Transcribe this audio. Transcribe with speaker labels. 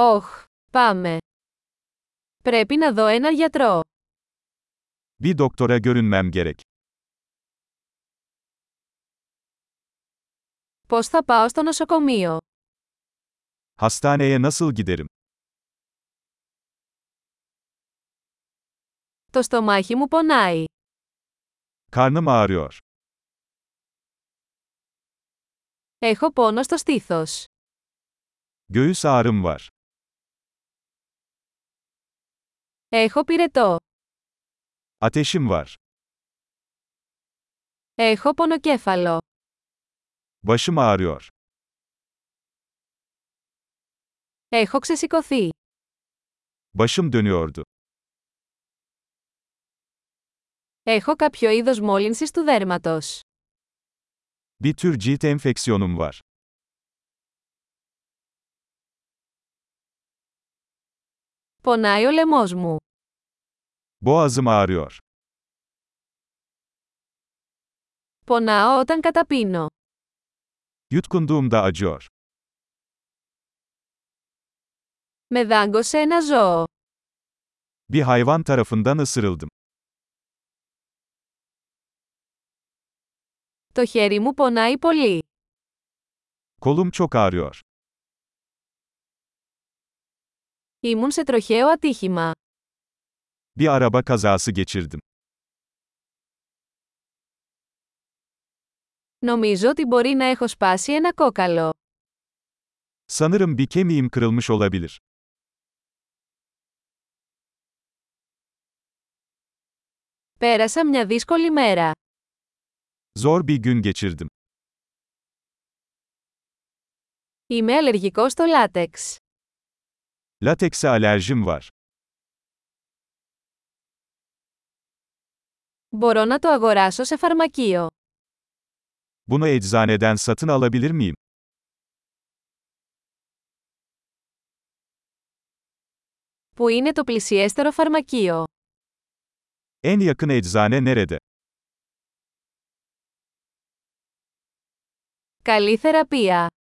Speaker 1: Όχ, πάμε. Πρέπει να δω έναν γιατρό.
Speaker 2: Bir doktora görünmem gerek.
Speaker 1: Πώς θα πάω στο νοσοκομείο.
Speaker 2: Hastaneye nasıl giderim?
Speaker 1: Το στομάχι μου πονάει.
Speaker 2: Karnım ağrıyor.
Speaker 1: Έχω πόνο στο στήθος.
Speaker 2: Göğüs ağrım var.
Speaker 1: Έχω πυρετό.
Speaker 2: Ateşim var.
Speaker 1: Έχω πονοκέφαλο.
Speaker 2: Başım ağrıyor.
Speaker 1: Έχω ξεσηκωθεί.
Speaker 2: Başım dönüyordu.
Speaker 1: Έχω κάποιο είδος μόλυνσης του δέρματος.
Speaker 2: Bir tür cilt enfeksiyonum var.
Speaker 1: Πονάει ο λαιμός μου.
Speaker 2: Boğazım ağrıyor.
Speaker 1: Πονάω όταν καταπίνω.
Speaker 2: Yutkunduğumda acıyor.
Speaker 1: Με δάγκωσε ένα ζώο.
Speaker 2: Bir hayvan tarafından ısırıldım.
Speaker 1: Το χέρι μου πονάει πολύ.
Speaker 2: Kolum çok ağrıyor.
Speaker 1: Ήμουν σε τροχαίο ατύχημα.
Speaker 2: Bir araba kazası geçirdim.
Speaker 1: Νομίζω ότι μπορεί να έχω σπάσει ένα κόκαλο.
Speaker 2: Sanırım bir kemiğim kırılmış olabilir.
Speaker 1: Πέρασα μια δύσκολη μέρα.
Speaker 2: Zor bir gün geçirdim.
Speaker 1: Είμαι αλλεργικός στο λάτεξ.
Speaker 2: Latekse alerjim var.
Speaker 1: Μπορώ να το αγοράσω σε φαρμακείο.
Speaker 2: Bunu eczaneden satın alabilir miyim?
Speaker 1: Πού είναι το πλησιέστερο φαρμακείο.
Speaker 2: En yakın eczane nerede?
Speaker 1: Καλή θεραπεία.